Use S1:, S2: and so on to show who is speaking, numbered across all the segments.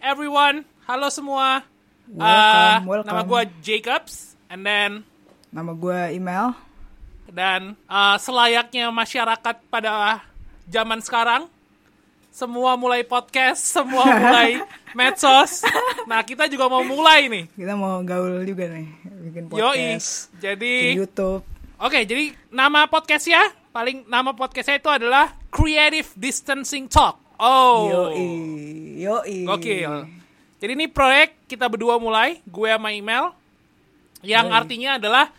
S1: everyone. Halo semua. Eh,
S2: Welcome, welcome.
S1: Nama gue Jacobs. And then
S2: Nama gue Email.
S1: dan eh, selayaknya masyarakat pada zaman sekarang, semua mulai podcast, semua mulai medsos. Nah kita juga mau mulai nih.
S2: Kita mau gaul juga nih, bikin
S1: Yoi.
S2: podcast di
S1: Jadi, oke,
S2: YouTube.
S1: jadi nama podcast ya, paling nama podcastnya itu adalah Creative Distancing Talk. Oh.
S2: Yoi, yoi.
S1: Gokil. eh. Jadi ini proyek kita berdua mulai, gue sama email. Yang artinya adalah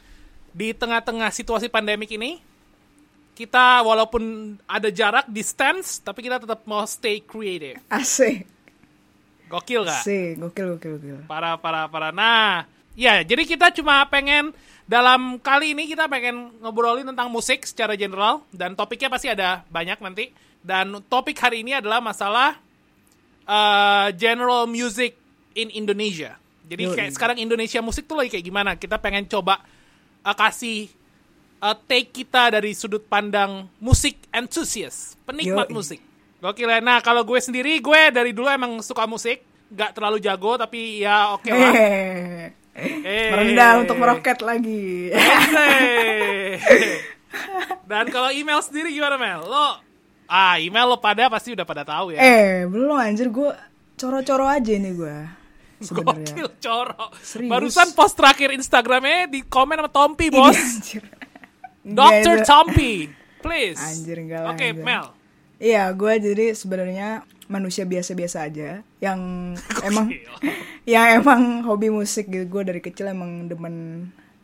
S1: di tengah-tengah situasi pandemik ini, kita walaupun ada jarak, distance, tapi kita tetap mau stay creative.
S2: Asik,
S1: Gokil gak?
S2: asik, gokil, gokil, gokil.
S1: Para, para, para. Nah, ya jadi kita cuma pengen dalam kali ini kita pengen ngobrolin tentang musik secara general. Dan topiknya pasti ada banyak nanti. Dan topik hari ini adalah masalah eh, general music in Indonesia. Jadi
S2: Yoi.
S1: kayak sekarang Indonesia musik tuh lagi kayak gimana? Kita pengen coba eh, kasih eh, take kita dari sudut pandang musik enthusiast, penikmat
S2: Yoi.
S1: musik. Gokil ya. Nah, kalau gue sendiri, gue dari dulu emang suka musik. Gak terlalu jago, tapi ya oke lah.
S2: Hehehe.
S1: Eh.
S2: Merendah untuk meroket lagi.
S1: Hehehe. Eh. Dan kalau email sendiri gimana, Mel? Lo, ah email lo pada pasti udah pada tahu ya.
S2: eh, belum anjir gue coro-coro aja ini gue.
S1: Gokil,
S2: Sebenarnya.
S1: coro.
S2: Serius.
S1: Barusan post terakhir Instagramnya di komen sama Tompi,
S2: Ini
S1: bos.
S2: Iya, anjir. Enggak,
S1: Dr.
S2: itu-
S1: Tompi, please.
S2: Anjir, enggak lah,
S1: Oke,
S2: enggak.
S1: Mel.
S2: Iya, gue jadi sebenarnya manusia biasa-biasa aja yang emang yang emang hobi musik gitu. Gue dari kecil emang demen.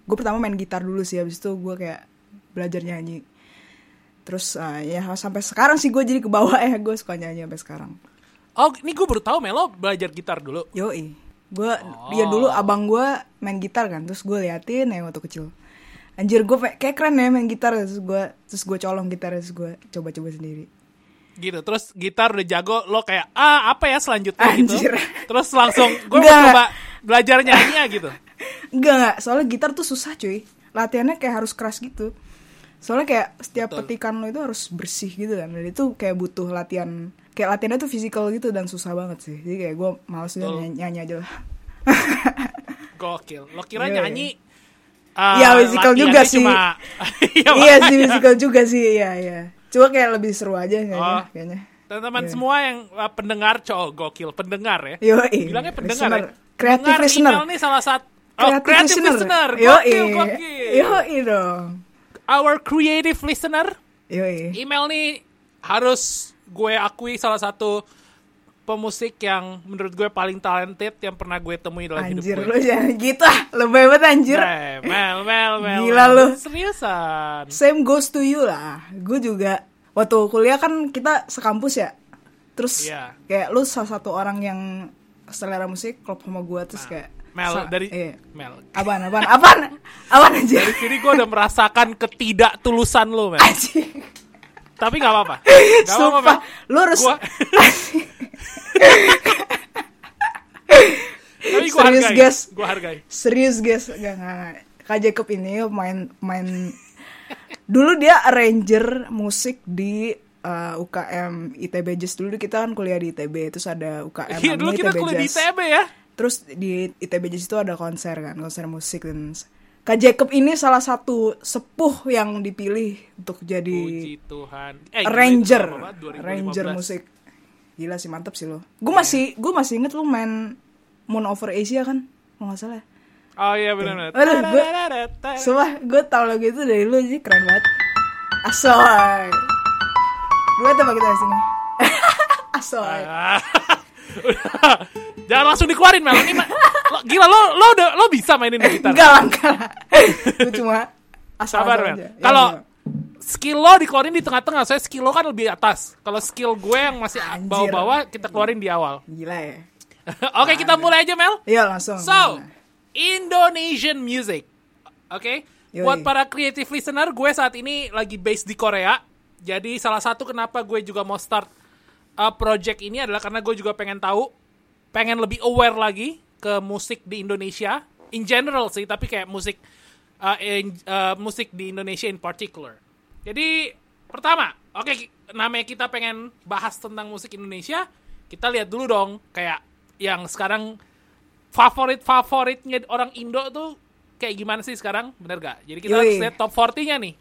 S2: Gue pertama main gitar dulu sih, habis itu gue kayak belajar nyanyi. Terus eh, ya sampai sekarang sih gue jadi ke bawah ya gue suka nyanyi sampai sekarang.
S1: Oh, ini gue baru tahu Mel, lo belajar gitar dulu.
S2: Yoi. Gue dia dulu abang gue main gitar kan, terus gue liatin ya waktu kecil. Anjir gue kayak keren ya main gitar terus gue terus gue colong gitar terus gue coba-coba sendiri.
S1: Gitu, terus gitar udah jago, lo kayak, ah apa ya selanjutnya gitu.
S2: Anjir.
S1: Terus langsung, gue mau
S2: Enggak.
S1: coba belajar nyanyinya gitu.
S2: Enggak, enggak. Soalnya gitar tuh susah cuy. Latihannya kayak harus keras gitu. Soalnya kayak setiap
S1: Betul.
S2: petikan lo itu harus bersih gitu kan. Dan itu kayak butuh latihan. Kayak latihannya tuh physical gitu dan susah banget sih. Jadi kayak gue males udah
S1: Betul.
S2: nyanyi, nyanyi aja lah.
S1: Gokil. Lo kira
S2: Iya,
S1: nyanyi... ah,
S2: Iya, musical
S1: latihannya
S2: juga sih.
S1: cuma- Iya,
S2: iya sih,
S1: makanya.
S2: physical juga sih. Iya, iya. Cuma kayak lebih seru aja kayaknya.
S1: Oh.
S2: kayaknya.
S1: Teman-teman
S2: Iya.
S1: semua yang ah, pendengar, cowok gokil, pendengar ya.
S2: Yoi.
S1: Bilangnya pendengar
S2: iya. Listener.
S1: ya.
S2: Creative
S1: Pendengar
S2: listener.
S1: email nih salah satu Oh, creative, listener.
S2: Yoi.
S1: Gokil, gokil.
S2: Yoi dong.
S1: Our creative listener.
S2: Yoi.
S1: Email nih harus gue akui salah satu pemusik yang menurut gue paling talented yang pernah gue temui dalam
S2: Anjir,
S1: hidup
S2: lu
S1: gue.
S2: jangan gitu ah. Lebay banget anjir.
S1: Eh, Mel, Mel, Mel.
S2: Gila
S1: Mel.
S2: lu.
S1: Seriusan.
S2: Same goes to you lah. Gue juga waktu kuliah kan kita sekampus ya. Terus
S1: Iya.
S2: kayak lu salah satu orang yang selera musik klop sama gue terus kayak
S1: Nah, Mel
S2: sa-
S1: dari
S2: iya.
S1: Mel.
S2: apaan apaan apaan apaan aja
S1: Jadi gue udah merasakan ketidaktulusan lu, Mel.
S2: anjing
S1: Tapi nggak apa-apa. Nggak apa-apa,
S2: sumpah
S1: Mel.
S2: lu harus
S1: Gua- Tapi gue
S2: Serius,
S1: hargai.
S2: guys.
S1: Gue hargai.
S2: serius guys gak, gak, gak. Kak Jacob ini main main dulu dia arranger musik di uh, UKM ITB Jazz dulu kita kan kuliah di ITB terus ada UKM
S1: Iya, dulu
S2: namanya
S1: kita kuliah di
S2: Jazz.
S1: ITB ya.
S2: Terus di ITB Jazz itu ada konser kan, konser musik dan Kak Jacob ini salah satu sepuh yang dipilih untuk jadi
S1: Puji Tuhan. Eh, gila, itu
S2: ranger,
S1: lama banget, 2015.
S2: ranger musik. Gila sih mantep sih lo. Gue masih
S1: Iya.
S2: gue masih inget lu main Moon Over Asia kan, kalau nggak salah.
S1: Oh iya benar-benar.
S2: Aduh, gua-
S1: Eh.
S2: Sumpah, gue tau lagu itu dari lu sih keren banget. Asoy. Gue tuh pakai dari sini. Asoy.
S1: Ah. Jangan langsung dikeluarin Mel. Ini ma- lo- gila lo lo udah lo bisa mainin di gitar.
S2: Enggak lah, enggak lah. Gue cuma Ya, asal
S1: Sabar Mel. Kalau skill lo dikeluarin di tengah-tengah, saya skill lo kan lebih atas. Kalau skill gue yang masih
S2: Anjir.
S1: bawah-bawah kita keluarin di awal.
S2: Gila ya.
S1: Oke, kita mulai aja Mel.
S2: Iya langsung.
S1: So,
S2: Mana?
S1: Indonesian music. Oke.
S2: Yoi.
S1: Buat para creative listener, gue saat ini lagi based di Korea. Jadi salah satu kenapa gue juga mau start uh, project ini adalah karena gue juga pengen tahu, pengen lebih aware lagi ke musik di Indonesia in general sih, tapi kayak musik uh, in- uh, musik di Indonesia in particular. Jadi pertama, oke ki- namanya kita pengen bahas tentang musik Indonesia, kita lihat dulu dong kayak yang sekarang favorit favoritnya orang Indo tuh kayak gimana sih sekarang bener gak jadi kita
S2: Yoi.
S1: harus lihat top 40 nya nih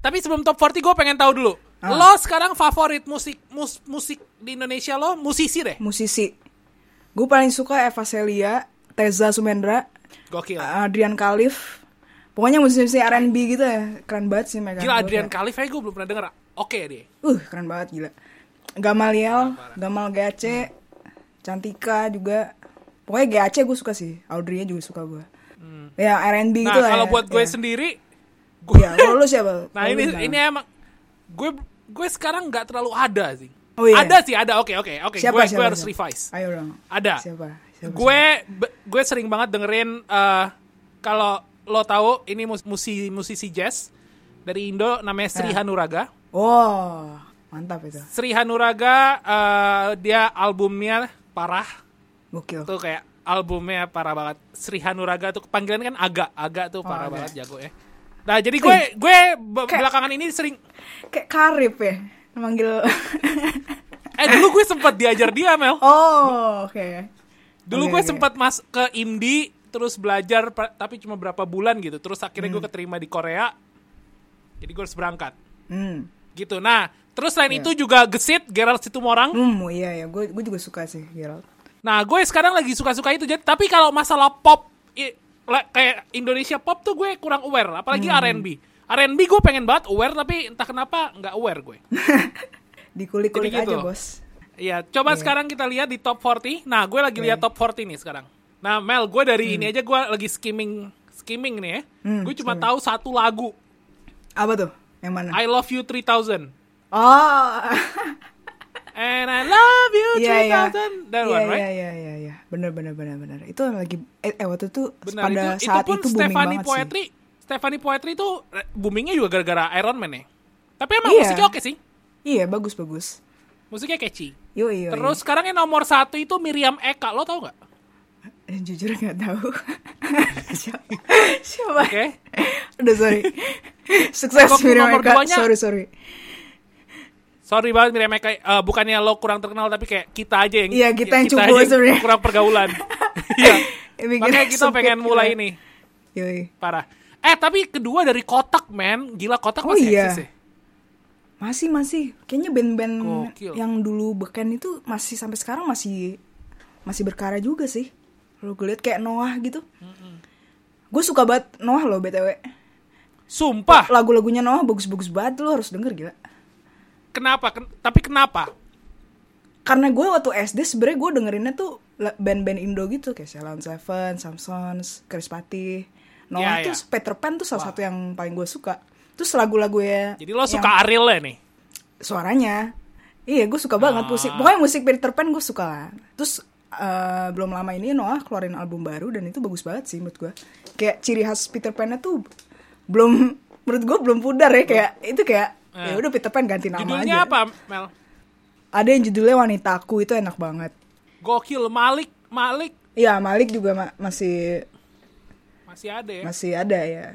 S1: tapi sebelum top 40 gue pengen tahu dulu lo sekarang favorit musik mus, musik di Indonesia lo musisi deh
S2: musisi gue paling suka Eva Celia Teza Sumendra
S1: gokil
S2: Adrian Khalif pokoknya musisi-musisi R&B gitu ya keren banget sih mereka
S1: gila
S2: Gua
S1: Adrian
S2: kayak,
S1: Khalif aja gue belum pernah denger ah. oke deh
S2: uh keren banget gila Gamaliel Gamal GAC Cantika juga pokoknya GAC gue suka sih Audrey-nya juga suka gue ya R&B
S1: nah
S2: gitu lah
S1: kalau
S2: ya,
S1: buat gue
S2: ya.
S1: sendiri gue
S2: ya kalau lu siapa
S1: Nah
S2: Kalau
S1: ini
S2: lu gimana?
S1: ini emang gue gue sekarang nggak terlalu ada sih.
S2: Oh, iya.
S1: Ada sih ada. Oke oke oke. Gue
S2: Siapa, siapa,
S1: gue harus
S2: siapa?
S1: revise.
S2: ayo dong
S1: Ada.
S2: siapa, siapa
S1: Gue be- gue sering banget dengerin eh, kalau lo tahu ini mus- musi musisi jazz dari Indo namanya Sri
S2: Nah.
S1: Hanuraga.
S2: oh mantap itu
S1: Sri Hanuraga eh, dia albumnya parah
S2: gokil
S1: tuh kayak albumnya parah banget. Sri Hanuraga tuh panggilan kan agak agak tuh parah
S2: Aga.
S1: banget jago ya. Nah jadi gue gue be- belakangan ini sering
S2: kayak karib ya manggil
S1: eh dulu gue sempat diajar dia Mel.
S2: oh oke
S1: Dulu
S2: Oke,
S1: gue
S2: oke.
S1: sempat mas ke IMDi terus belajar pa- tapi cuma berapa bulan gitu. Terus akhirnya gue keterima di Korea. Jadi gue harus berangkat.
S2: hmm
S1: Gitu. Nah, terus selain itu juga Gesit Gerald Situmorang.
S2: hmm iya ya gue gue juga suka sih Gerald
S1: Nah, gue sekarang lagi suka-suka itu. Jadi tapi kalau masalah pop i- la- kayak Indonesia pop tuh gue kurang aware, apalagi
S2: Hmm.
S1: R&B. R&B gue pengen banget aware tapi entah kenapa nggak aware gue.
S2: dikulik-kulik
S1: Jadi gitu.
S2: aja bos
S1: Iya, coba sekarang kita lihat di top 40. Nah, gue lagi
S2: Iya.
S1: lihat top 40 nih sekarang. Nah, Mel, gue dari
S2: Hmm.
S1: ini aja gue lagi skimming skimming nih ya. gue cuma tahu satu lagu,
S2: apa tuh yang mana
S1: I Love You 3000.
S2: oh
S1: And I love you 3000.
S2: iya iya
S1: That one,
S2: iya iya
S1: right?
S2: iya iya iya benar benar benar benar itu yang lagi eh, eh, waktu itu
S1: Benar
S2: pada
S1: itu,
S2: saat
S1: itu pun
S2: booming
S1: Stephanie
S2: banget sih
S1: Poetry. Stephanie Poetry itu eh, boomingnya juga gara-gara Iron Man ya. Tapi emang
S2: Iya.
S1: musiknya oke sih.
S2: iya bagus bagus
S1: Musiknya catchy.
S2: yo yo
S1: Terus sekarang yang nomor satu itu Miriam Eka, lo tau nggak?
S2: Eh, jujur nggak tahu siapa siapa
S1: Oke.
S2: Udah sorry. Sukses
S1: Kok
S2: Miriam
S1: nomor
S2: Eka.
S1: duanya?
S2: Sorry sorry.
S1: Sorry banget Miriam Eka, Eh, bukannya lo kurang terkenal tapi kayak kita aja yang
S2: Iya, kita yang cupu
S1: aja
S2: sebenarnya.
S1: kurang pergaulan. Iya.
S2: Eh, bikin
S1: Makanya kita
S2: sempit
S1: pengen mulai
S2: kita.
S1: nih,
S2: Yoi.
S1: parah. Eh, tapi kedua dari Kotak, men. Gila Kotak
S2: Oh,
S1: masih
S2: iya.
S1: eksis ya.
S2: Masih masih. Kayaknya band-band
S1: Gokil.
S2: yang dulu beken itu masih sampai sekarang masih masih berkarya juga sih. Kalau gue liat kayak Noah gitu. Gue suka banget Noah loh BTW.
S1: Sumpah.
S2: Lagu-lagunya Noah bagus-bagus banget lo harus denger gila.
S1: Kenapa? Ken- tapi kenapa?
S2: Karena gue waktu SD sebenernya gue dengerinnya tuh la- band-band Indo gitu kayak Salon Seven, Samsons, Krispati. Noah
S1: Iya,
S2: tuh
S1: iya.
S2: Peter Pan tuh salah satu yang paling gue suka. Terus lagu-lagu ya
S1: Jadi lo suka Ariel ya nih?
S2: suaranya iya gue suka
S1: Ah.
S2: banget musik pokoknya musik Peter Pan gue suka lah terus eh, belum lama ini Noah keluarin album baru dan itu bagus banget sih menurut gue kayak ciri khas Peter Pan-nya tuh belum menurut gue belum pudar ya kayak itu kayak ya udah Peter Pan ganti nama
S1: Eh. Judulnya
S2: aja
S1: apa, Mel?
S2: ada yang judulnya wanitaku itu enak banget
S1: Gokil Malik, Malik
S2: Iya Malik juga ma- masih
S1: masih ada ya.
S2: masih ada ya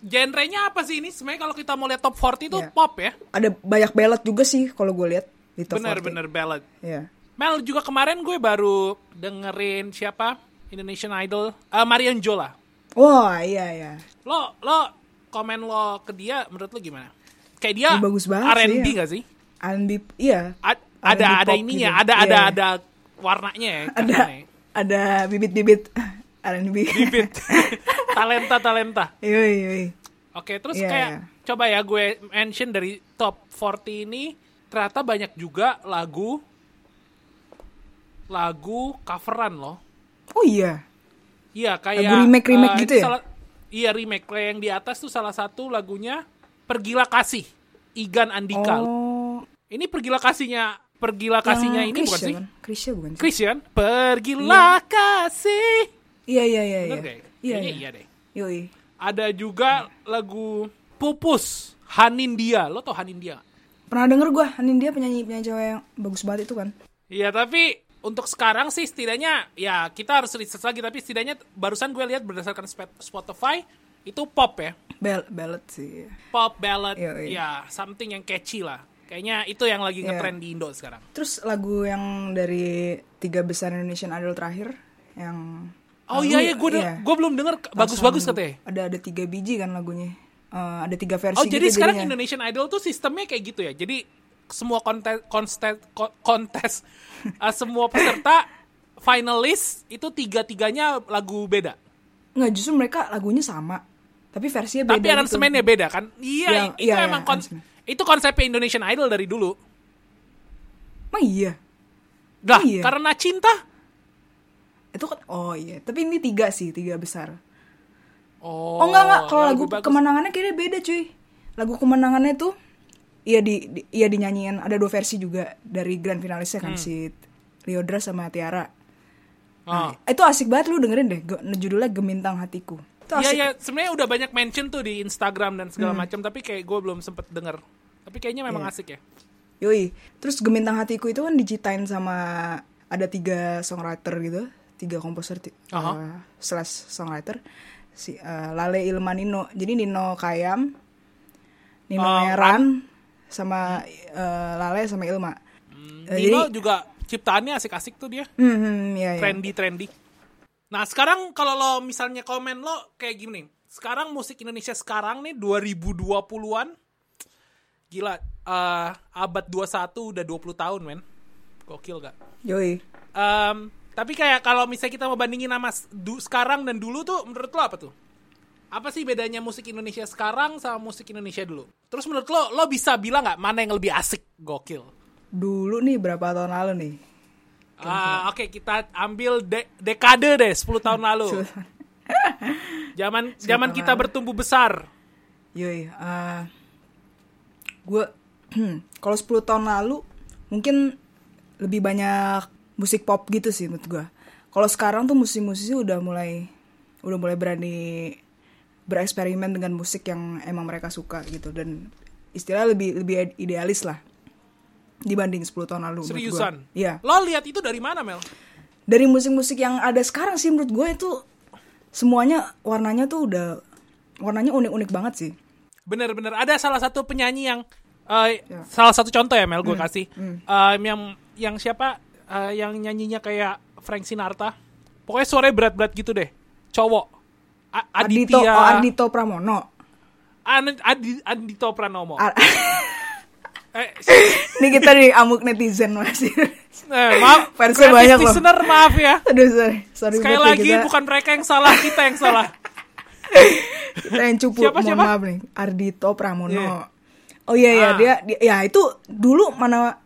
S1: Genrenya apa sih ini? Sebenarnya kalau kita mau lihat top 40 itu
S2: Iya.
S1: pop ya.
S2: ada banyak ballad juga sih kalau gue lihat di top ya. 40.
S1: Bener-bener ballad.
S2: Iya.
S1: Mel juga kemarin gue baru dengerin siapa Indonesian Idol Eh, Marion Jola.
S2: wah iya iya
S1: Lo lo komen lo ke dia menurut lo gimana? Kayak dia
S2: Ih, bagus banget sih,
S1: R&B
S2: ya.
S1: gak sih?
S2: R&B iya
S1: A- ada
S2: R&B
S1: ada
S2: pop
S1: ininya,
S2: gitu.
S1: ada ada
S2: Iya, iya.
S1: ada warnanya ya.
S2: ada
S1: katanya.
S2: ada bibit-bibit R&B.
S1: Bibit. talenta talenta.
S2: Yoi, yoi.
S1: Oke, terus
S2: Iya,
S1: kayak
S2: iya.
S1: coba ya gue mention dari top 40 ini ternyata banyak juga lagu lagu coveran loh.
S2: Oh iya.
S1: Iya kayak
S2: Lagu remake- remake
S1: eh,
S2: gitu
S1: ini
S2: ya?
S1: salah- iya remake kayak yang di atas tuh salah satu lagunya Pergilah Kasih Igan Andika.
S2: Oh,
S1: Ini Pergilah Kasihnya Pergilah Kasihnya
S2: yang
S1: ini bukan
S2: Krisya
S1: sih?
S2: kan? Krisya bukan sih?
S1: Christian Pergilah Kasih.
S2: Iya, iya, iya, iya.
S1: Bener deh.
S2: Iya,
S1: Kayaknya
S2: iya.
S1: iya deh.
S2: Yoi.
S1: Ada juga lagu Pupus Hanindia. Lo tau Hanindia? nggak?
S2: Pernah denger gua, Anin dia penyanyi-penyanyi cewek yang bagus banget itu kan.
S1: Iya tapi untuk sekarang sih setidaknya ya kita harus riset lagi tapi setidaknya barusan gue lihat berdasarkan spe- Spotify itu pop ya
S2: Bel ballad sih.
S1: pop ballad
S2: Iya, iya.
S1: ya something yang catchy lah Kayaknya itu yang lagi
S2: Iya.
S1: ngetrend di Indo sekarang.
S2: Terus lagu yang dari tiga besar Indonesian Idol terakhir yang
S1: Oh
S2: lagu-
S1: iya iya, gue gue belum denger bagus-bagus
S2: Langsung
S1: katanya.
S2: Ada ada tiga biji kan lagunya. Eh, ada tiga versi.
S1: Oh jadi
S2: gitu
S1: sekarang
S2: jadinya.
S1: Indonesian Idol tuh sistemnya kayak gitu ya. Jadi semua kontes kontes ko- kontes eh, semua peserta finalis itu tiga tiganya lagu beda.
S2: Nggak justru mereka lagunya sama, tapi versinya beda.
S1: Tapi
S2: gitu.
S1: aransemennya beda kan? Iya
S2: Iya,
S1: itu
S2: iya, iya,
S1: emang kon-
S2: aransemen.
S1: itu konsepnya Indonesian Idol dari dulu.
S2: Emang iya.
S1: Lah
S2: Iya.
S1: karena cinta.
S2: Itu kan oh iya, tapi ini tiga sih, tiga besar.
S1: Oh,
S2: Oh, enggak enggak, kalau lagu
S1: bagus.
S2: kemenangannya kayaknya beda cuy. Lagu kemenangannya tuh iya di, di- iya dinyanyiin ada dua versi juga dari grand finalisnya
S1: Hmm.
S2: kan si Leodra sama Tiara.
S1: Ah.
S2: Itu asik banget lu dengerin deh, ge- judulnya Gemintang Hatiku.
S1: Iya
S2: Itu asik. Hmm.
S1: ya, sebenarnya udah banyak mention tuh di Instagram dan segala macam, tapi kayak gue belum sempet denger. Tapi kayaknya memang
S2: Iya.
S1: asik
S2: Eh,
S1: ya.
S2: Yoi. Terus Gemintang Hatiku itu kan diciptain sama ada tiga songwriter gitu, tiga komposer ti-
S1: Aha.
S2: eh, slash songwriter si eh, Lale Ilman Nino. Jadi Nino Kayam, Nino
S1: Oh,
S2: Meran sama eh, Lale sama Ilma. Eh,
S1: Hmm. Nino
S2: jadi-
S1: juga ciptaannya asik-asik tuh dia,
S2: Hmm, hmm, iya, iya.
S1: trendy-trendy. Nah sekarang kalau lo misalnya komen lo kayak gini, sekarang musik Indonesia sekarang nih 2020-an, gila, eh, abad 21 udah 20 tahun men, gokil gak?
S2: Yoi.
S1: Em, tapi kayak kalau misalnya kita mau bandingin sama s- du- sekarang dan dulu tuh menurut lo apa tuh? Apa sih bedanya musik Indonesia sekarang sama musik Indonesia dulu? Terus menurut lo, lo bisa bilang nggak mana yang lebih asik? Gokil.
S2: Dulu nih berapa tahun lalu nih?
S1: Ah, Oke, kita ambil de- dekade deh, 10 tahun lalu. Zaman zaman kita bertumbuh besar.
S2: Yoi, eh gue kalau 10 tahun lalu mungkin lebih banyak musik pop gitu sih menurut gue. Kalau sekarang tuh musisi-musisi udah mulai udah mulai berani bereksperimen dengan musik yang emang mereka suka gitu dan istilah lebih lebih idealis lah dibanding 10 tahun lalu menurut gua.
S1: Seriusan.
S2: Iya.
S1: Lo lihat itu dari mana, Mel?
S2: Dari musik-musik yang ada sekarang sih menurut gue itu semuanya warnanya tuh udah warnanya unik-unik banget sih.
S1: Bener-bener ada salah satu penyanyi yang eh,
S2: Iya.
S1: salah satu contoh ya Mel gue kasih
S2: Mm.
S1: Eh, yang yang siapa eh, yang nyanyinya kayak Frank Sinatra pokoknya suaranya berat-berat gitu deh cowok A-
S2: Adito,
S1: Aditya
S2: oh, Adito Pramono.
S1: An- Adi- Adito Pranomo
S2: Ar-
S1: eh, s-
S2: Ini kita di amuk netizen masih.
S1: eh, maaf
S2: Fansnya
S1: kreatif
S2: banyak loh.
S1: listener, maaf ya
S2: Aduh, sorry. sorry
S1: sekali
S2: banget ya,
S1: lagi
S2: kita,
S1: bukan mereka yang salah kita yang salah
S2: kita yang cupu.
S1: Siapa,
S2: Mohon
S1: siapa?
S2: maaf nih. Ardito Pramono.
S1: Iya.
S2: Oh iya iya
S1: Ah.
S2: dia, dia ya itu dulu mana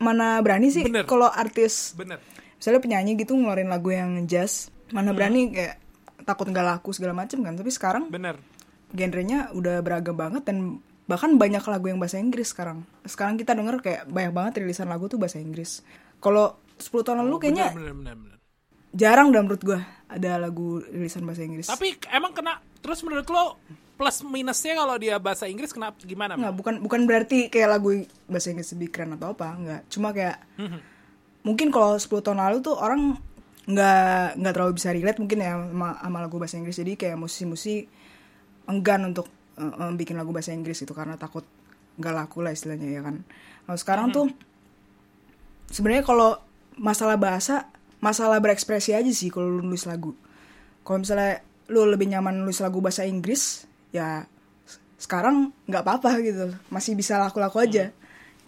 S2: mana berani sih
S1: Bener.
S2: kalau artis
S1: bener
S2: misalnya penyanyi gitu ngeluarin lagu yang jazz mana
S1: Hmm.
S2: berani kayak takut nggak laku segala macem kan tapi sekarang
S1: bener
S2: genrenya udah beragam banget dan bahkan banyak lagu yang bahasa Inggris sekarang. Sekarang kita denger kayak banyak banget rilisan lagu tuh bahasa Inggris. Kalau 10 tahun lalu kayaknya
S1: bener bener, bener, bener.
S2: jarang dan menurut gua ada lagu rilisan bahasa Inggris.
S1: tapi emang kena terus menurut lo plus minusnya kalau dia bahasa Inggris kena gimana Mel?
S2: nggak bukan bukan berarti kayak lagu bahasa Inggris lebih keren atau apa, nggak. Cuma kayak mungkin kalau 10 tahun lalu tuh orang nggak nggak terlalu bisa relate mungkin ya sama, sama lagu bahasa Inggris jadi kayak musisi-musisi enggan untuk eh, eh, bikin lagu bahasa Inggris itu karena takut nggak laku lah istilahnya ya kan kalau sekarang tuh sebenarnya kalau masalah bahasa masalah berekspresi aja sih kalau lu nulis lagu kalau misalnya lu lebih nyaman nulis lagu bahasa Inggris ya s- sekarang nggak apa-apa gitu loh. masih bisa laku-laku
S1: Hmm.
S2: aja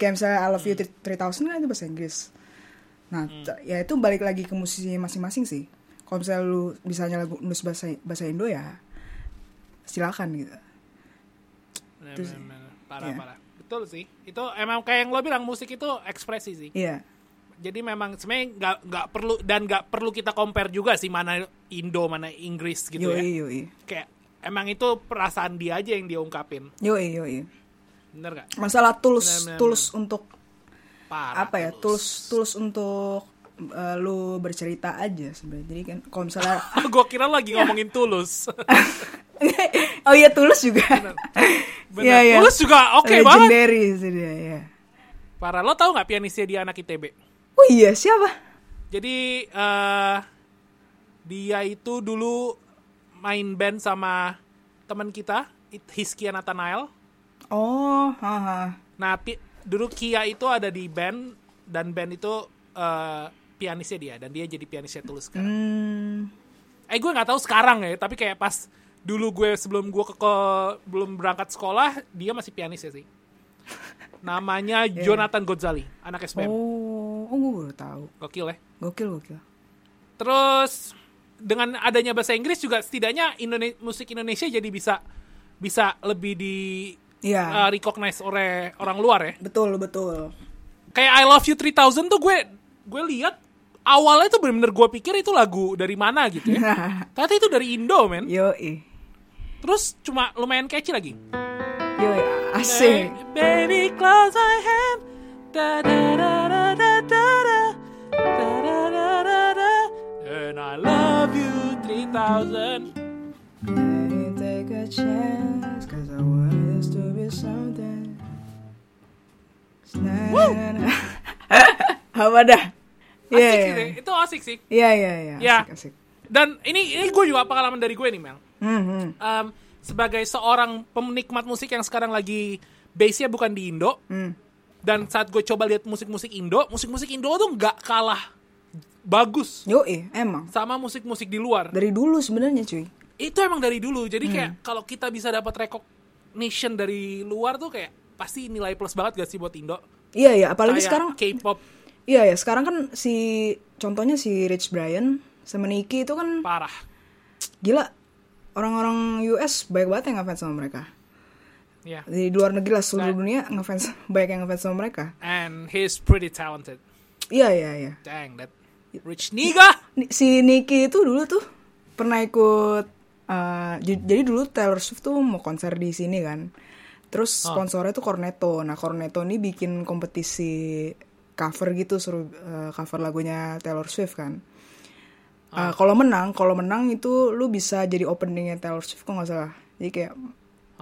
S2: kayak misalnya I Love You 3000 kan itu bahasa Inggris Nah,
S1: Hmm.
S2: t- ya itu balik lagi ke musisi masing-masing sih. Kalau misalnya lu bisanya lagu nulis bahasa bahasa Indo ya silakan gitu.
S1: Bener,
S2: Itu sih.
S1: bener, bener. nah, Parah,
S2: Iya.
S1: parah. Betul sih. Itu emang kayak yang lo bilang musik itu ekspresi sih.
S2: Iya.
S1: Jadi memang sebenarnya nggak nggak perlu dan nggak perlu kita compare juga sih mana Indo mana Inggris gitu ya.
S2: Yoi yoi.
S1: Kayak emang itu perasaan dia aja yang dia ungkapin.
S2: Yoi yoi.
S1: Bener gak?
S2: Masalah tulus
S1: Bener, bener,
S2: tulus untuk
S1: Parah.
S2: apa ya? Tulus tulus untuk eh, lu bercerita aja sebenarnya. Jadi kan kalau misalnya
S1: Gue kira lo lagi ngomongin tulus.
S2: Oh iya tulus juga.
S1: Bener.
S2: Iya, iya.
S1: Tulus juga oke banget.
S2: Legendary sih dia ya.
S1: Parah. Lo tau nggak pianisnya dia anak ITB?
S2: Oh iya siapa?
S1: Jadi eh dia itu dulu main band sama teman kita It- Hiskia Nathanael.
S2: Oh, haha.
S1: Nah, pi- dulu Kia itu ada di band dan band itu eh, pianisnya dia dan dia jadi pianisnya tulus sekarang.
S2: Hmm,
S1: Eh gue nggak tahu sekarang ya, tapi kayak pas dulu gue sebelum gue ke, ke- belum berangkat sekolah dia masih pianisnya sih. Namanya Jonathan Godzali, anak SPM.
S2: Iya. oh, oh gue baru tahu.
S1: Gokil ya.
S2: Gokil gokil.
S1: Terus dengan adanya bahasa Inggris juga setidaknya Indone- musik Indonesia jadi bisa bisa lebih di
S2: Iya.
S1: eh, recognize oleh orang luar ya.
S2: Betul betul.
S1: Kayak I Love You 3000 tuh gue gue lihat awalnya tuh bener-bener gue pikir itu lagu dari mana gitu ya. Ternyata itu dari Indo, men.
S2: yo i,
S1: Terus cuma lumayan catchy lagi.
S2: yo asik.
S1: Baby, close my hand. Da, da, da, da, da, da, da. Da, da, da, da, da. And I love you 3000.
S2: Maybe take a chance, 'cause I want this to be something. It's not- Apa dah?
S1: Asik
S2: Iya,
S1: sih,
S2: iya.
S1: deh. itu asik sih.
S2: Iya, iya, iya.
S1: Ya.
S2: Asik, asik.
S1: Dan ini ini gue juga pengalaman dari gue nih, Mel.
S2: Hmm, hmm.
S1: Em, sebagai seorang penikmat musik yang sekarang lagi base-nya bukan di Indo,
S2: hmm.
S1: dan saat gue coba lihat musik-musik Indo, musik-musik Indo tuh nggak kalah bagus
S2: Yo, i, emang.
S1: sama musik-musik di luar.
S2: Dari dulu sebenarnya cuy.
S1: itu emang dari dulu jadi
S2: Hmm.
S1: kayak kalau kita bisa dapat recognition dari luar tuh kayak pasti nilai plus banget gak sih buat Indo
S2: Iya, iya. Apalagi
S1: Kayak
S2: sekarang.
S1: K-pop
S2: Iya, ya. Sekarang kan si... Contohnya si Rich Brian sama Nicki itu kan
S1: parah
S2: gila. Orang-orang US banyak banget yang ngefans sama mereka.
S1: ya
S2: Di luar negeri lah
S1: Nah.
S2: seluruh dunia ngefans banyak yang ngefans sama mereka.
S1: and he's pretty talented
S2: Iya, iya, iya.
S1: dang that rich nigga
S2: Ni- si Niki itu dulu tuh pernah ikut eh, j- jadi dulu Taylor Swift tuh mau konser di sini kan terus sponsornya tuh Cornetto nah Cornetto ini bikin kompetisi cover gitu suruh eh, cover lagunya Taylor Swift kan Eh, kalau menang kalau menang itu lu bisa jadi openingnya Taylor Swift kok nggak salah jadi kayak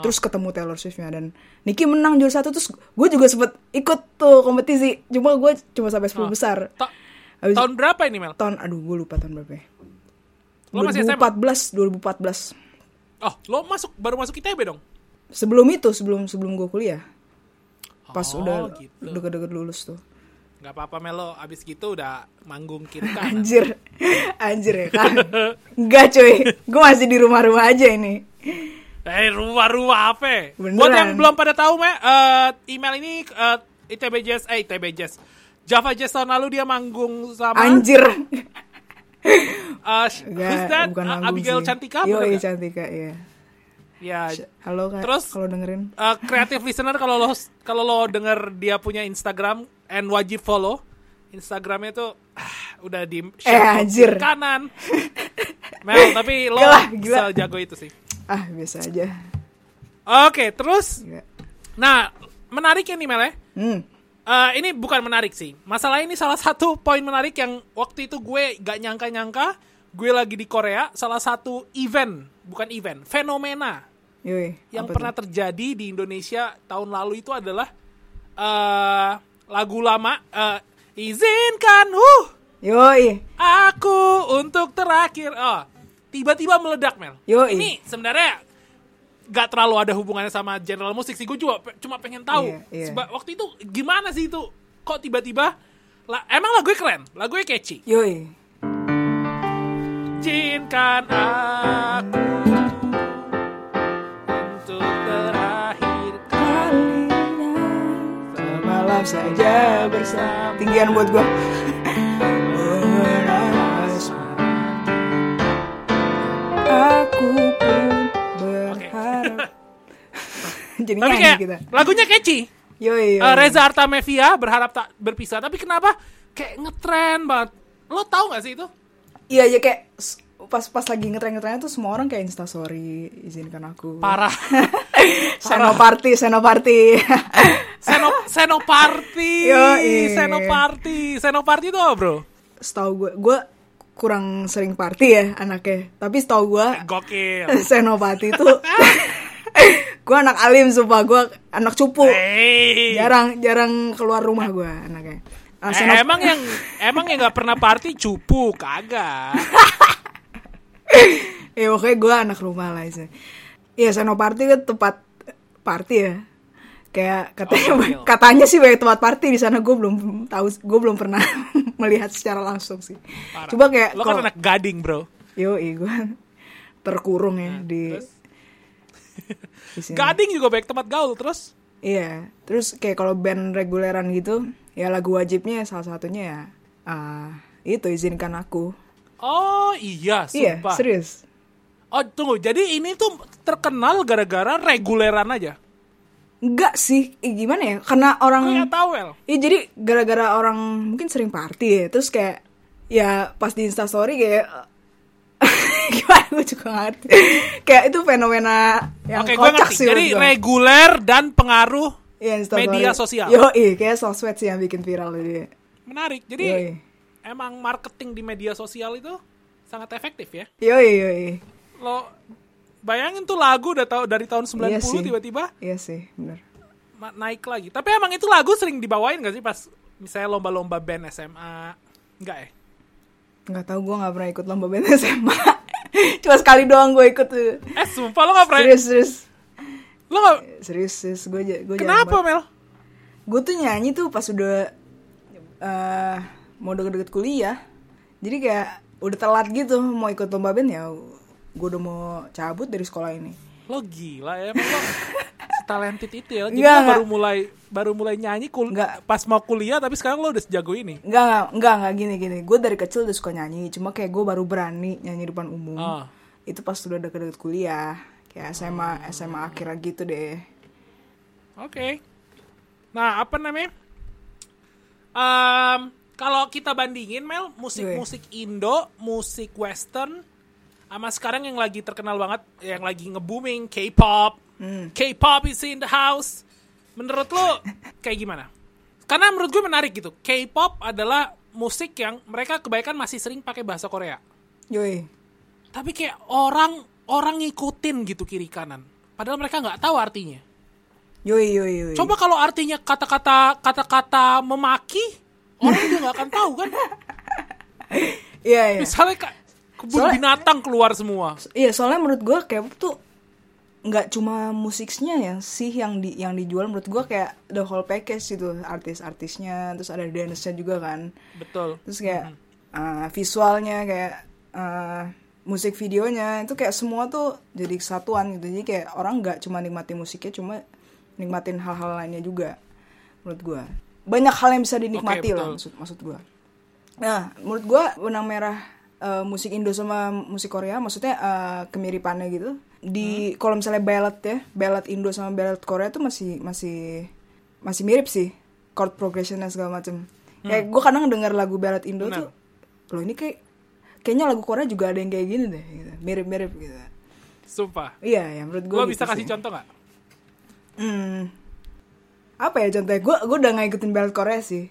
S2: terus ketemu Taylor Swiftnya dan Niki menang juara satu terus gue juga sempet ikut tuh kompetisi cuma gue cuma sampai 10 besar
S1: Ta-
S2: Habis-
S1: tahun berapa ini Mel
S2: tahun aduh gue lupa tahun berapa ya.
S1: Lo masih SMA?
S2: 2014 2014
S1: oh lo masuk baru masuk ITB dong
S2: sebelum itu sebelum sebelum gue kuliah pas
S1: Oh,
S2: udah
S1: gitu.
S2: deket-deket lulus tuh
S1: nggak apa-apa Mel lo abis gitu udah manggung Nah, kiri kanan
S2: anjir anjir ya kan enggak cuy gue masih di rumah-rumah aja ini
S1: eh rumah-rumah apa
S2: Beneran.
S1: buat yang belum pada tahu Mel eh, email ini eh, ITB Jazz eh ITB Jazz Java Jazz tahun lalu dia manggung sama
S2: anjir
S1: Uh, sh- who's that?
S2: Enggak, bukan
S1: Uh,
S2: manggung
S1: Abigail
S2: sih.
S1: Cantika
S2: Yo,
S1: bener
S2: iya
S1: nggak?
S2: Cantika iya
S1: Ya.
S2: halo kak
S1: Terus?
S2: kalau dengerin
S1: Uh, creative listener kalau lo kalau lo denger dia punya Instagram and wajib follow Instagramnya tuh ah, udah di share
S2: Eh,
S1: ke
S2: anjir.
S1: kanan. Mel, tapi lo
S2: Gila, gila.
S1: bisa jago itu sih.
S2: ah biasa aja
S1: Oke, terus
S2: Enggak.
S1: nah menariknya nih Mel ya.
S2: hmm
S1: Eh, ini bukan menarik sih. Masalah ini salah satu poin menarik yang waktu itu gue gak nyangka-nyangka. Gue lagi di Korea, salah satu event, bukan event, fenomena
S2: yoi
S1: yang
S2: apa
S1: pernah
S2: tuh?
S1: terjadi di Indonesia tahun lalu itu adalah eh lagu lama eh, izinkan uh
S2: yoi
S1: aku untuk terakhir oh tiba-tiba meledak Mel
S2: Yoi.
S1: ini sebenarnya gak terlalu ada hubungannya sama general musik sih gue juga pe- cuma pengen tahu
S2: Iya, iya.
S1: Seba- waktu itu gimana sih itu kok tiba-tiba la- emang lagunya keren lagunya catchy
S2: yoi
S1: izinkan aku untuk terakhir
S2: Kalian Semalam saja bersama Tinggian buat gua Aku pun berharap
S1: Tapi
S2: Jadi nyanyi
S1: kayak
S2: kita
S1: lagunya
S2: Iya,
S1: catchy.
S2: Yoi, yoi.
S1: Eh, Reza Artamevia berharap tak berpisah. Tapi kenapa kayak ngetren banget? Lo tahu gak sih itu?
S2: Iya iya kayak s- Pas pas lagi ngetren-ngetrennya tuh semua orang kayak instastory Izinkan aku
S1: Parah.
S2: Senoparty Senoparty
S1: Seno Senoparty.
S2: Yoi.
S1: Senoparty. Senoparty itu apa, Bro?
S2: Setahu gue Gue kurang sering party ya anaknya Tapi setahu gue
S1: Gokil.
S2: Senopati itu gue anak alim sumpah gue anak cupu
S1: Eh. Hey.
S2: jarang jarang keluar rumah gue anaknya Ya, Ah,
S1: Eh,
S2: Senop-
S1: emang yang emang yang nggak pernah party cupu kagak.
S2: ya Iya, pokoknya gue anak rumah lah sih ya Senopati itu tempat party ya kayak
S1: Oh,
S2: katanya
S1: iya.
S2: katanya sih banyak tempat party di sana gue belum tahu gue belum pernah melihat secara langsung sih coba kayak
S1: Lo kan anak gading, bro.
S2: yo gue terkurung ya
S1: Nah,
S2: di,
S1: terus?
S2: di sini.
S1: Gading juga banyak tempat gaul terus.
S2: Iya, terus kayak kalau band reguleran gitu, ya lagu wajibnya salah satunya ya ah, itu izinkan aku.
S1: Oh iya,
S2: Iya,
S1: sumpah.
S2: serius.
S1: Oh tunggu, jadi ini tuh terkenal gara-gara reguleran aja.
S2: Enggak sih, eh, gimana ya? Karena orang
S1: Gue nggak tahu El.
S2: Iya, jadi gara-gara orang mungkin sering party ya, terus kayak ya pas di Instastory kayak gimana gue juga nggak ngerti. kayak itu fenomena yang
S1: Oke, gue
S2: kocak
S1: ngerti.
S2: sih.
S1: Jadi
S2: menurut gua.
S1: reguler dan pengaruh
S2: Iya, Instastory.
S1: media sosial.
S2: Yoi, kayak sosmed sih yang bikin viral ini.
S1: menarik. Jadi
S2: Yoi.
S1: emang marketing di media sosial itu sangat efektif ya.
S2: Yoi, yoi.
S1: Lo bayangin tuh lagu udah tau dari tahun 90
S2: Iya sih.
S1: tiba-tiba
S2: Iya sih, bener.
S1: ma- naik lagi. Tapi emang itu lagu sering dibawain gak sih pas misalnya lomba-lomba band SMA? Enggak ya?
S2: nggak tahu gue nggak pernah ikut lomba band SMA cuma sekali doang gue ikut tuh
S1: Eh sumpah lo gak pernah
S2: serius Iya, serius
S1: Lo gak,
S2: serius serius gue gue
S1: kenapa Mel?
S2: gue tuh nyanyi tuh pas udah eh mau deket-deket kuliah jadi kayak udah telat gitu mau ikut lomba band ya gue udah mau cabut dari sekolah ini
S1: Lo gila ya emang lo setalented itu ya. Jadi
S2: Enggak,
S1: lo baru
S2: enggak.
S1: mulai baru mulai nyanyi kul
S2: Enggak.
S1: pas mau kuliah tapi sekarang lo udah sejago ini.
S2: Enggak, enggak, enggak, enggak gini, gini. Gue dari kecil udah suka nyanyi, cuma kayak gue baru berani nyanyi depan umum.
S1: Ah.
S2: Itu pas udah deket-deket kuliah, kayak SMA, SMA akhirnya gitu deh.
S1: Oke. Nah, apa namanya? Em, kalau kita bandingin Mel, musik-musik Indo, musik western sama sekarang yang lagi terkenal banget, yang lagi nge-booming K-pop. K-pop is in the house. Menurut lo kayak gimana? Karena menurut gue menarik gitu. K-pop adalah musik yang mereka kebanyakan masih sering pakai bahasa Korea.
S2: Yoi,
S1: Tapi kayak orang orang ngikutin gitu kiri kanan. Padahal mereka nggak tahu artinya.
S2: yoi, yoi, yoi.
S1: Coba kalau artinya kata-kata kata-kata memaki, orang juga nggak akan tahu kan?
S2: Iya, iya.
S1: Misalnya ka- kebun
S2: Soalnya-
S1: binatang keluar semua.
S2: Iya, soalnya menurut gue K-pop tuh nggak cuma musiknya ya sih yang di yang dijual menurut gue kayak the whole package gitu artis-artisnya terus ada dance-nya juga kan
S1: Betul.
S2: terus kayak uh, visualnya kayak uh, musik videonya itu kayak semua tuh jadi kesatuan gitu jadi kayak orang nggak cuma nikmati musiknya cuma nikmatin hal-hal lainnya juga menurut gua banyak hal yang bisa
S1: Oke,
S2: dinikmati lah
S1: betul.
S2: maksud maksud gua nah menurut gua benang merah uh, musik Indo sama musik Korea maksudnya uh, kemiripannya gitu
S1: Hmm.
S2: di kalau misalnya ballad ya ballad Indo sama ballad Korea tuh masih masih masih mirip sih chord progressionnya segala macem kayak gue kadang denger lagu ballad Indo
S1: Hmm.
S2: tuh
S1: Benar.
S2: loh ini kayak kayaknya lagu Korea juga ada yang kayak gini deh gitu. mirip-mirip gitu
S1: Sumpah.
S2: iya ya menurut gue
S1: Gua gitu bisa kasih contoh nggak?
S2: hmm, apa ya contohnya gue gue udah nggak ngikutin ballad Korea sih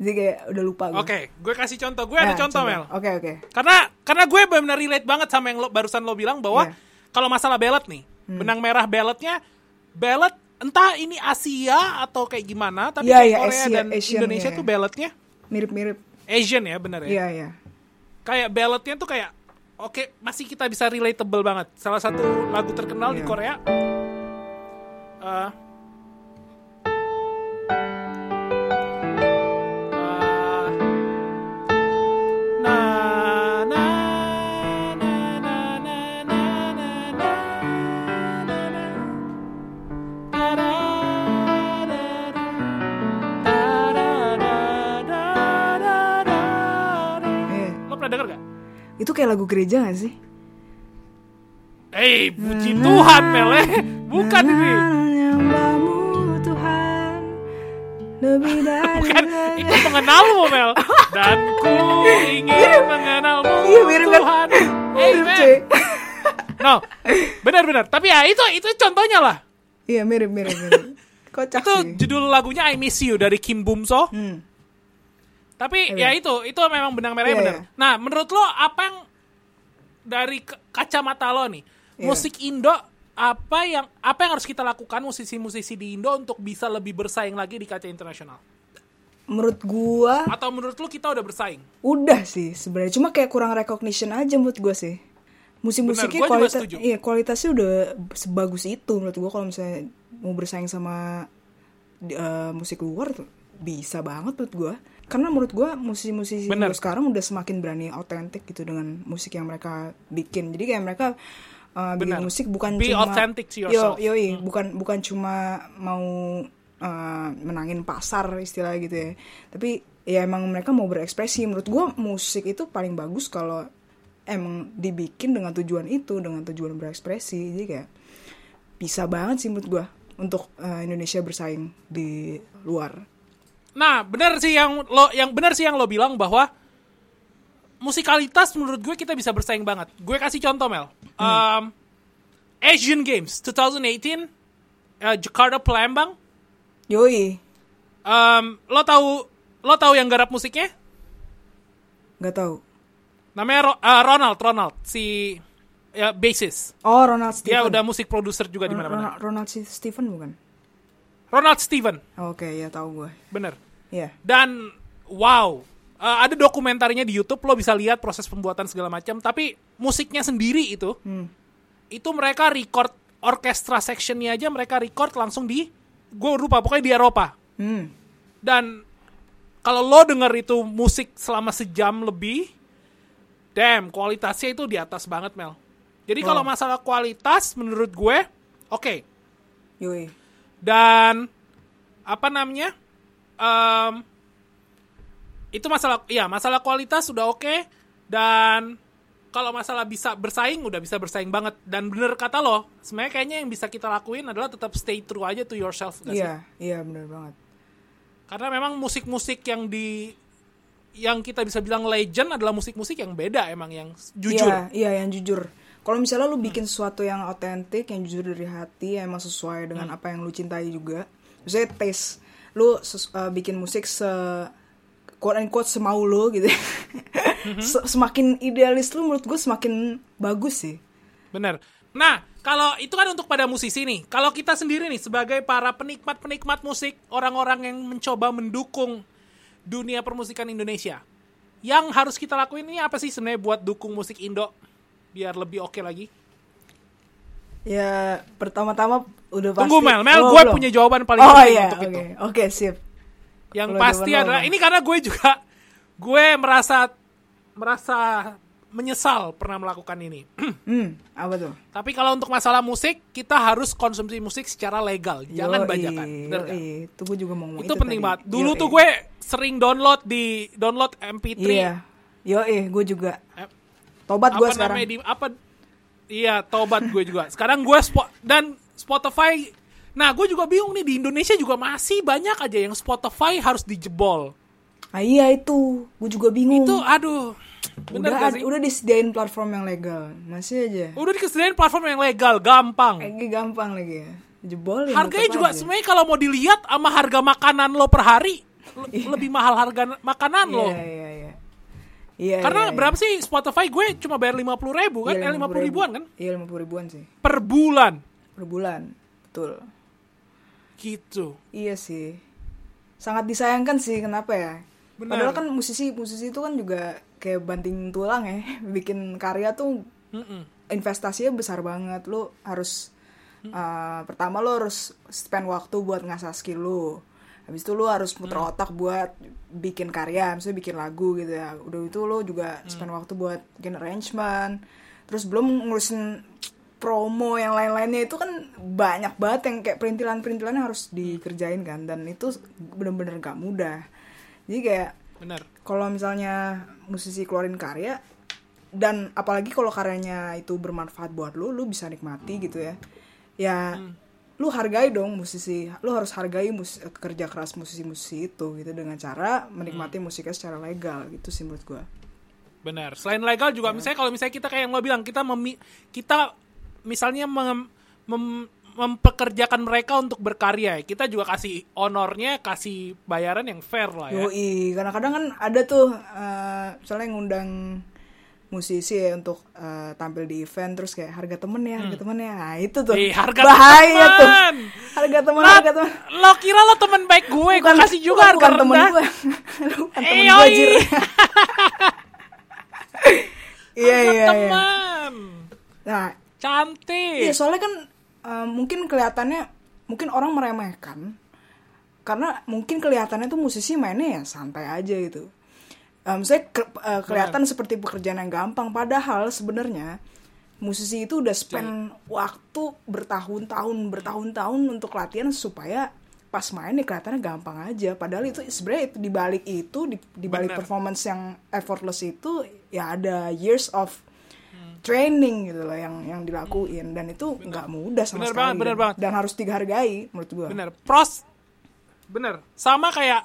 S2: jadi kayak udah lupa gue
S1: Oke, gue kasih contoh. Gue ada
S2: Nah,
S1: contoh Mel.
S2: oke oke
S1: Karena karena gue benar relate banget sama yang lo, barusan lo bilang bahwa
S2: Iya.
S1: kalau masalah ballot nih, benang merah ballotnya ballot entah ini Asia atau kayak gimana, tapi
S2: Iya,
S1: kayak
S2: iya,
S1: Korea
S2: Asia-
S1: dan
S2: Asian,
S1: Indonesia
S2: iya.
S1: tuh ballotnya
S2: mirip-mirip
S1: Asian ya bener ya.
S2: iya iya
S1: kayak balladnya tuh kayak oke masih kita bisa relatable banget salah satu lagu terkenal di
S2: Iya.
S1: Korea eh, eh, na, na, na, na, na, na, na, na, na, na, da, da, da, da, da, da, da, da, da, da.
S2: Iya.
S1: Lo pernah denger gak?
S2: itu kayak lagu gereja gak sih
S1: Hei, Eh, puji Tuhan, Mele. Bukan ini.
S2: Hambamu, Nah, Tuhan lebih dari
S1: Bukan, itu mengenalmu, Mel. Dan ku ingin mengenalmu,
S2: Iya, mirip kan?
S1: Tuhan. Hey,
S2: mirip
S1: Mel.
S2: cuy
S1: No, benar-benar. Tapi ya, itu itu contohnya lah.
S2: iya mirip mirip mirip kocak
S1: Itu
S2: sih
S1: judul lagunya I Miss You dari Kim Bum So.
S2: hmm.
S1: Tapi ya
S2: Iya.
S1: itu, itu memang benang merahnya
S2: Iya,
S1: benar.
S2: iya.
S1: Nah, menurut lo apa yang dari ke- kacamata lo nih,
S2: Iya.
S1: musik Indo apa yang apa yang harus kita lakukan musisi-musisi di Indo untuk bisa lebih bersaing lagi di kaca internasional?
S2: menurut gua
S1: Atau menurut lu kita udah bersaing?
S2: udah sih sebenarnya cuma kayak kurang recognition aja menurut gua sih
S1: Benar,
S2: musik-musiknya
S1: gua juga
S2: kualitas
S1: setuju.
S2: iya kualitasnya udah sebagus itu menurut gua kalau misalnya mau bersaing sama eh, musik luar tuh bisa banget menurut gua karena menurut gua musisi-musisi
S1: Benar.
S2: luar sekarang udah semakin berani otentik gitu dengan musik yang mereka bikin jadi kayak mereka eh, bikin
S1: Benar.
S2: musik bukan
S1: Be
S2: cuma
S1: authentic to
S2: Yo-
S1: yourself. Hmm.
S2: yoi, bukan bukan cuma mau eh, menangin pasar istilah gitu ya tapi ya emang mereka mau berekspresi menurut gua musik itu paling bagus kalau emang dibikin dengan tujuan itu dengan tujuan berekspresi jadi kayak bisa banget sih menurut gua untuk eh, Indonesia bersaing di luar
S1: Nah, benar sih yang lo yang benar sih yang lo bilang bahwa musikalitas menurut gue kita bisa bersaing banget. Gue kasih contoh Mel. Um, Asian Games 2018 uh, Jakarta Palembang.
S2: yoi
S1: Um, lo tahu lo tahu yang garap musiknya?
S2: nggak tahu
S1: Namanya Ro- uh, Ronald, Ronald si ya bassist.
S2: oh Ronald Stephen
S1: Dia Ya, udah musik produser juga di mana-mana.
S2: Ronald, Ronald Stephen bukan
S1: Ronald Steven,
S2: Oh, oke ya tahu gua
S1: bener.
S2: ya
S1: Dan wow, Eh, ada dokumentarnya di YouTube lo bisa lihat proses pembuatan segala macam. Tapi musiknya sendiri itu,
S2: Hmm.
S1: itu mereka record orkestra sectionnya aja mereka record langsung di gue lupa pokoknya di Eropa.
S2: hmm
S1: Dan kalau lo denger itu musik selama sejam lebih, damn kualitasnya itu di atas banget Mel. Jadi kalau
S2: Wow.
S1: masalah kualitas menurut gue, oke
S2: yoi
S1: dan apa namanya em, itu masalah ya masalah kualitas sudah oke dan kalau masalah bisa bersaing udah bisa bersaing banget dan bener kata lo sebenarnya kayaknya yang bisa kita lakuin adalah tetap stay true aja to yourself nggak sih?
S2: iya iya benar banget
S1: karena memang musik-musik yang di yang kita bisa bilang legend adalah musik-musik yang beda emang yang jujur
S2: Iya, iya yang jujur. Kalau misalnya lu bikin sesuatu yang otentik, yang jujur dari hati, yang emang sesuai dengan
S1: Hmm.
S2: apa yang lu cintai juga. Misalnya taste, lu ses- eh, bikin musik se quote unquote semau lu gitu.
S1: Hmm.
S2: Se- semakin idealis lu menurut gue semakin bagus sih.
S1: Bener. Nah, kalau itu kan untuk pada musisi nih. Kalau kita sendiri nih sebagai para penikmat-penikmat musik, orang-orang yang mencoba mendukung dunia permusikan Indonesia. Yang harus kita lakuin ini apa sih sebenarnya buat dukung musik Indo biar lebih oke lagi?
S2: Ya pertama-tama udah pasti.
S1: Tunggu Mel, Mel
S2: Oh,
S1: gue
S2: belum.
S1: punya jawaban paling
S2: Oh
S1: penting
S2: iya,
S1: untuk
S2: oke,
S1: itu.
S2: oke sip.
S1: Yang
S2: Kalau
S1: pasti
S2: jawaban lo
S1: adalah
S2: apa?
S1: ini karena gue juga gue merasa merasa menyesal pernah melakukan ini.
S2: Hmm, apa tuh?
S1: Tapi kalau untuk masalah musik, kita harus konsumsi musik secara legal, jangan
S2: Yoi,
S1: bajakan. Bener nggak?
S2: yoi. Itu gue juga mau ngomong
S1: itu, penting
S2: tadi. Iya,
S1: banget. Dulu
S2: Yoi.
S1: tuh gue sering download di download MP3.
S2: Iya. Yo eh, gue juga.
S1: Eh,
S2: Tobat
S1: apa
S2: gue sekarang.
S1: namanya di apa? Iya, tobat gue juga. Sekarang gue spot dan Spotify. Nah, gue juga bingung nih di Indonesia juga masih banyak aja yang Spotify harus dijebol.
S2: Ah iya itu, gue juga bingung.
S1: Itu aduh. Bener
S2: udah
S1: gak
S2: ad-
S1: sih?
S2: udah disediain platform yang legal, masih aja.
S1: Udah disediain platform yang legal, gampang.
S2: Lagi gampang lagi ya. Jebolin.
S1: Harganya
S2: tetep
S1: juga
S2: aja.
S1: sebenarnya kalau mau dilihat sama harga makanan lo per hari le- lebih mahal harga makanan lo.
S2: Iya iya iya. Iya.
S1: Karena
S2: iya, iya.
S1: berapa sih Spotify gue cuma bayar 50 ribu kan?
S2: Iya,
S1: Eh, 50 ribuan kan?
S2: Iya 50 ribuan sih
S1: per bulan
S2: per bulan, betul.
S1: gitu
S2: Iya sih. Sangat disayangkan sih kenapa ya?
S1: Benar.
S2: Padahal kan musisi musisi itu kan juga kayak banting tulang ya, bikin karya tuh investasinya besar banget. Lu harus uh, pertama lu harus spend waktu buat ngasah skill lu. Habis itu lu harus muter otak buat bikin karya, misalnya bikin lagu gitu ya. Udah itu lu juga spend waktu buat bikin arrangement. Terus belum ngurusin promo yang lain-lainnya itu kan banyak banget yang kayak perintilan-perintilan yang harus dikerjain kan dan itu bener-bener gak mudah jadi kayak
S1: bener
S2: kalau misalnya musisi keluarin karya dan apalagi kalau karyanya itu bermanfaat buat lu lu bisa nikmati gitu ya ya
S1: Hmm.
S2: lu hargai dong musisi lu harus hargai mus- kerja keras musisi-musisi itu gitu dengan cara menikmati
S1: Hmm.
S2: musiknya secara legal gitu sih menurut gua
S1: bener selain legal juga
S2: Ya.
S1: misalnya kalau misalnya kita kayak yang lo bilang kita memi- kita misalnya mem- mem- mempekerjakan mereka untuk berkarya ya. kita juga kasih honornya kasih bayaran yang fair lah ya
S2: Yoi, kadang-kadang kan ada tuh eh, misalnya ngundang musisi ya untuk eh, tampil di event terus kayak harga temen ya, harga temen ya. Nah, itu tuh.
S1: Hmm. Ih, harga
S2: bahaya
S1: temen.
S2: tuh. Harga temen,
S1: Lah,
S2: harga temen.
S1: lo kira lo temen baik gue gue kasih juga
S2: bukan, bukan
S1: harga
S2: temen
S1: rendah
S2: gue. bukan
S1: Eh,
S2: temen gue,
S1: yoi.
S2: anjir.
S1: Harga
S2: Iya, iya, iya.
S1: teman
S2: Nah, Iya,
S1: Cantik.
S2: soalnya kan eh, mungkin kelihatannya mungkin orang meremehkan karena mungkin kelihatannya tuh musisi mainnya ya santai aja gitu. Eh, misalnya ke- eh, kelihatan seperti pekerjaan yang gampang, padahal sebenarnya musisi itu udah spend waktu bertahun-tahun bertahun-tahun untuk latihan supaya pas main ya kelihatannya gampang aja. Padahal itu sebenarnya itu dibalik itu di- dibalik
S1: Bener.
S2: performance yang effortless itu ya ada years of training gitu loh yang yang dilakuin dan itu nggak mudah
S1: Bener
S2: sama sekali
S1: banget, bener
S2: dan,
S1: banget.
S2: dan harus dihargai menurut gua
S1: Bener. Pros. Bener. Sama kayak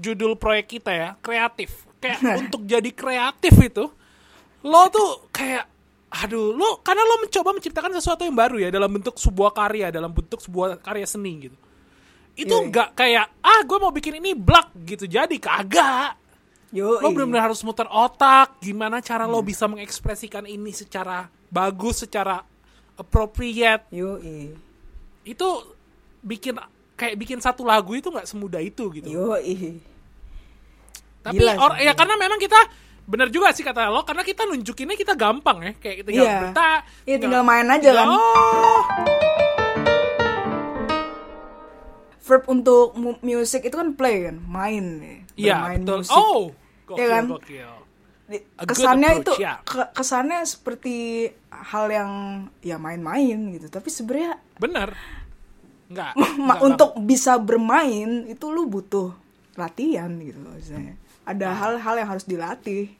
S1: judul proyek kita ya, kreatif. Kayak untuk jadi kreatif itu, lo tuh kayak, aduh, lo karena lo mencoba menciptakan sesuatu yang baru ya dalam bentuk sebuah karya, dalam bentuk sebuah karya seni gitu. Itu
S2: Iya, iya.
S1: nggak kayak, ah gue mau bikin ini blak gitu, jadi kagak.
S2: yo
S1: lo benar-benar harus muter otak gimana cara lo bisa mengekspresikan ini secara bagus secara appropriate
S2: yo
S1: itu bikin kayak bikin satu lagu itu nggak semudah itu gitu
S2: yo
S1: tapi
S2: Iya, Gila
S1: or-
S2: sih.
S1: ya karena memang kita benar juga sih kata lo karena kita nunjukinnya kita gampang ya kayak tinggal
S2: Iya.
S1: berita
S2: Iya, tinggal main aja kan.
S1: oh,
S2: verb untuk mu- music itu kan play kan main ya.
S1: iya
S2: Bermain
S1: betul
S2: musik.
S1: oh gokil
S2: Iya kan?
S1: gokil
S2: Di-
S1: A good
S2: kesannya itu
S1: approach, ya.
S2: ke- kesannya seperti hal yang ya main-main gitu tapi sebenarnya
S1: bener nggak
S2: ma-
S1: nggak
S2: untuk bisa bermain itu lu butuh latihan gitu loh misalnya. ada hal-hal yang harus dilatih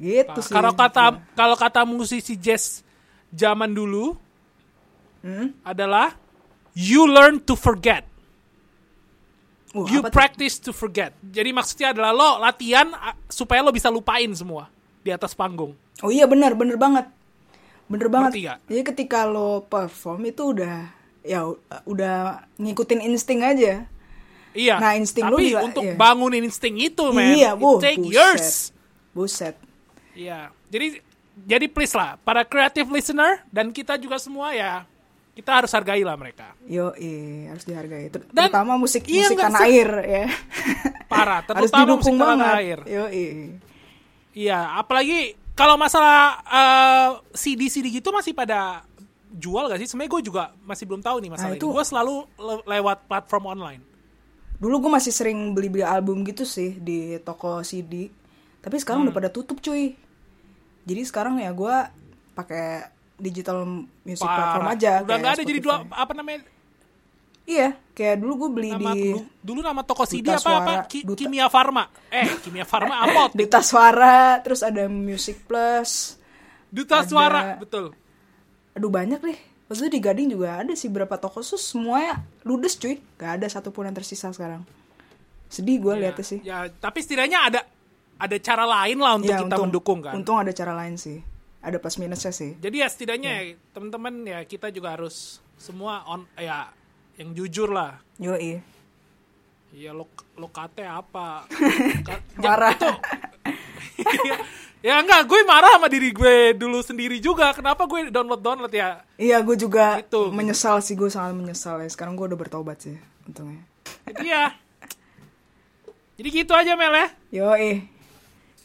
S2: gitu sih
S1: Nah. Kalau kata kalau kata musisi jazz zaman dulu
S2: Hmm?
S1: adalah you learn to forget,
S2: Wah,
S1: you
S2: Uh, apa tuh?
S1: practice to forget. Jadi maksudnya adalah lo latihan ah, supaya lo bisa lupain semua di atas panggung.
S2: Oh iya benar, bener banget. Bener banget.
S1: Ngerti nggak?
S2: Jadi ketika lo perform itu udah ya u- udah ngikutin insting aja.
S1: Iya.
S2: Nah, insting
S1: Tapi
S2: lo juga-
S1: untuk
S2: iya.
S1: bangunin insting itu, man, it
S2: iya, wow,
S1: take
S2: buset.
S1: years.
S2: Buset.
S1: Iya. Jadi jadi please lah para creative listener dan kita juga semua ya kita harus hargai lah mereka.
S2: Yo, eh, harus dihargai. Ter-
S1: Dan-
S2: terutama musik
S1: iya,
S2: musik
S1: nggak
S2: tanah
S1: se-
S2: air ya.
S1: Parah,
S2: harus
S1: terutama
S2: didukung
S1: musik tanah
S2: banget.
S1: air.
S2: Yo, eh.
S1: Iya, apalagi kalau masalah eh, CD-CD gitu masih pada jual gak sih? Sebenarnya gue juga masih belum tahu nih masalah
S2: Nah, itu-
S1: ini. Gue selalu le- lewat platform online.
S2: Dulu gue masih sering beli-beli album gitu sih di toko CD. Tapi
S1: Hmm.
S2: sekarang udah pada tutup, cuy. Jadi sekarang ya gue pakai digital music platform
S1: Parah.
S2: aja.
S1: Udah
S2: kayak
S1: gak ada jadi dua
S2: Spotify.
S1: apa namanya?
S2: Iya, kayak dulu gue beli
S1: Nama,
S2: di
S1: dulu, dulu nama toko CD apa
S2: Duta
S1: apa?
S2: Suara,
S1: Ki-
S2: Duta-
S1: Kimia Farma. Eh, Kimia Farma apa? Duta,
S2: Duta Suara, terus ada Music Plus. ada-
S1: Suara, betul.
S2: Aduh banyak deh. Terus itu di Gading juga ada sih berapa toko sus semuanya ludes cuy. Gak ada satupun yang tersisa sekarang. Sedih gue liatnya sih.
S1: Ya, tapi setidaknya ada ada cara lain lah untuk
S2: Ya,
S1: kita mendukung kan.
S2: Untung ada cara lain sih. Ada plus minusnya sih.
S1: Jadi ya setidaknya ya, teman-teman ya kita juga harus semua on ya yang jujur lah
S2: Yoi.
S1: Iya lo lo kate apa? Ka-
S2: Marah.
S1: Itu, ya enggak, gue marah sama diri gue dulu sendiri juga. Kenapa gue download download ya?
S2: Iya gue juga
S1: Itu.
S2: menyesal sih. Gue sangat menyesal ya. Sekarang gue udah bertobat sih. Untungnya.
S1: Itu ya. Jadi gitu aja Mel ya.
S2: Yoi.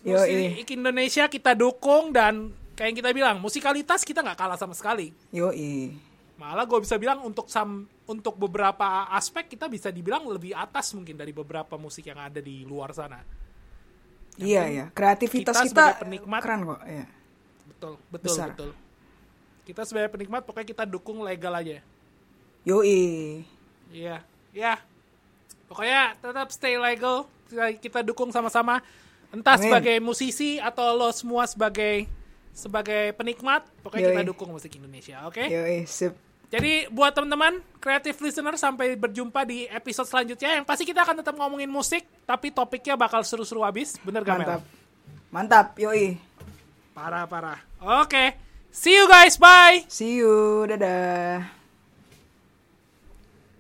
S2: Yoi.
S1: Musik Indonesia kita dukung dan kayak yang kita bilang musikalitas kita nggak kalah sama sekali.
S2: Yoi.
S1: Malah gue bisa bilang untuk sam untuk beberapa aspek kita bisa dibilang lebih atas mungkin dari beberapa musik yang ada di luar sana.
S2: Iya ya. Kreativitas
S1: kita
S2: kita,
S1: sebagai penikmat-
S2: keren kok. Iya.
S1: Betul, betul,
S2: Besar.
S1: betul. Kita sebagai penikmat pokoknya kita dukung legal aja.
S2: Yoi.
S1: Iya, iya. Pokoknya tetap stay legal. Kita, kita dukung sama-sama. Entah
S2: Amin.
S1: sebagai musisi atau lo semua sebagai sebagai penikmat, pokoknya kita
S2: Yoi.
S1: dukung musik Indonesia, oke?
S2: Yoi, sip.
S1: Jadi buat teman-teman creative listener sampai berjumpa di episode selanjutnya yang pasti kita akan tetap ngomongin musik, tapi topiknya bakal seru-seru abis, bener gak
S2: Mantap.
S1: Mel?
S2: Mantap, yoi.
S1: Parah parah. Oke, see you guys, bye.
S2: See you, dadah.